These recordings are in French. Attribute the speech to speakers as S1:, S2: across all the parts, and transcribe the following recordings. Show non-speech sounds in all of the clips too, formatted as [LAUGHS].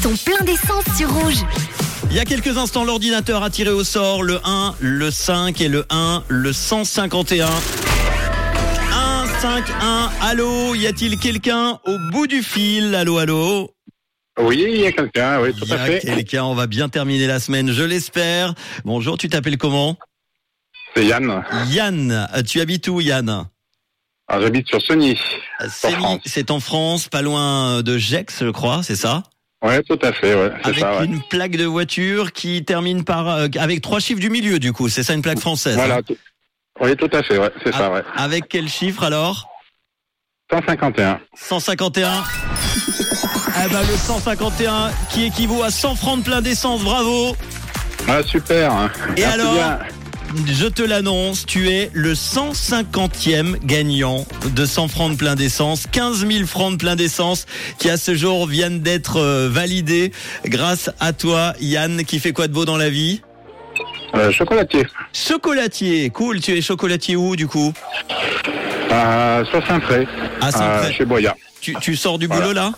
S1: Ton plein d'essence sur rouge.
S2: Il y a quelques instants, l'ordinateur a tiré au sort le 1, le 5 et le 1, le 151. 1, 5, 1, allô, y a-t-il quelqu'un au bout du fil Allô, allô
S3: Oui, il y a quelqu'un, oui, tout
S2: Il y
S3: à
S2: a
S3: fait.
S2: quelqu'un, on va bien terminer la semaine, je l'espère. Bonjour, tu t'appelles comment
S3: C'est Yann.
S2: Yann, euh, tu habites où Yann
S3: Ah, J'habite sur Sony.
S2: C'est-
S3: France.
S2: C'est en France, pas loin euh, de Gex, je crois, c'est ça
S3: Oui, tout à fait, ouais, c'est
S2: Avec
S3: ça. ouais.
S2: une plaque de voiture qui termine par... euh, avec trois chiffres du milieu, du coup, c'est ça une plaque française hein
S3: Voilà. tout- Oui, tout à fait, ouais, c'est
S2: Ah.
S3: ça, ouais.
S2: Avec quel chiffre alors
S3: 151.
S2: 151. Ah bah le 151 qui équivaut à 100 francs de plein d'essence, bravo
S3: Ah, super. hein.
S2: Et
S3: Merci
S2: alors
S3: bien.
S2: Je te l'annonce, tu es le 150e gagnant de 100 francs de plein d'essence, 15 000 francs de plein d'essence qui à ce jour viennent d'être euh, validés grâce à toi Yann qui fait quoi de beau dans la vie
S3: Euh, chocolatier.
S2: Chocolatier, cool, tu es chocolatier où du coup
S3: Euh, sur Saint-Pré,
S2: À
S3: euh,
S2: Saint-Pré.
S3: chez Boya.
S2: Tu, tu sors du
S3: voilà.
S2: boulot là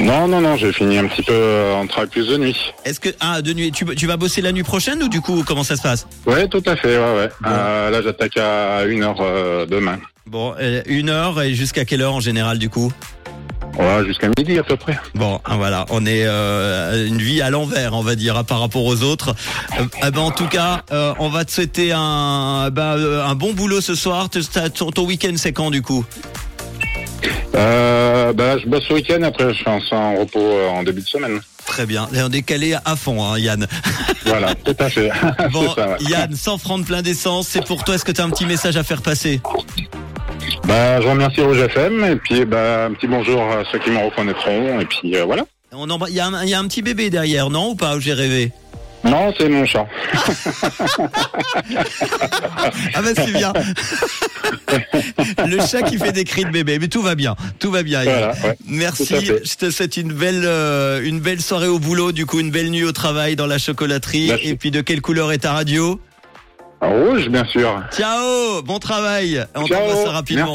S3: Non, non, non, j'ai fini un petit peu euh, en travail plus de nuit.
S2: Est-ce que... Ah, de nuit, tu, tu vas bosser la nuit prochaine ou du coup comment ça se passe
S3: Oui, tout à fait, ouais, ouais.
S2: Bon.
S3: Euh, là, j'attaque à une heure euh, demain.
S2: Bon, euh, une heure et jusqu'à quelle heure en général du coup
S3: Ouais, jusqu'à midi à peu près.
S2: Bon, hein, voilà, on est euh, une vie à l'envers, on va dire, hein, par rapport aux autres. Euh, eh ben, en tout cas, euh, on va te souhaiter un, bah, euh, un bon boulot ce soir. Te- ta- Ton, ton week-end, c'est quand du coup
S3: Euh, bah, je bosse le week-end, après, je suis en, en repos euh, en début de semaine.
S2: Très bien, Et on est calé à fond, hein, Yann.
S3: Voilà, tout à fait. [LAUGHS]
S2: Bon,
S3: ça, ouais.
S2: Yann, 100 francs de plein d'essence, c'est pour toi. Est-ce que tu as un petit message à faire passer
S3: Bah, je remercie Rouge FM et puis bah, un petit bonjour à ceux qui me reconnaîtront et puis euh, voilà.
S2: On en- Il y, a un- il y a un petit bébé derrière, non ou pas J'ai rêvé.
S3: Non, c'est mon chat.
S2: Ah bah c'est
S3: [LAUGHS]
S2: bien. Le chat qui fait des cris de bébé, mais tout va bien, tout va bien. Yann.
S3: Voilà, ouais.
S2: Merci,
S3: Tout à fait.
S2: je te souhaite une belle, euh, une belle soirée au boulot, du coup une belle nuit au travail dans la chocolaterie.
S3: Merci.
S2: Et puis de quelle couleur est ta radio
S3: Rouge, bien sûr.
S2: Ciao, bon travail. On
S3: Ciao.
S2: t'envoie ça rapidement.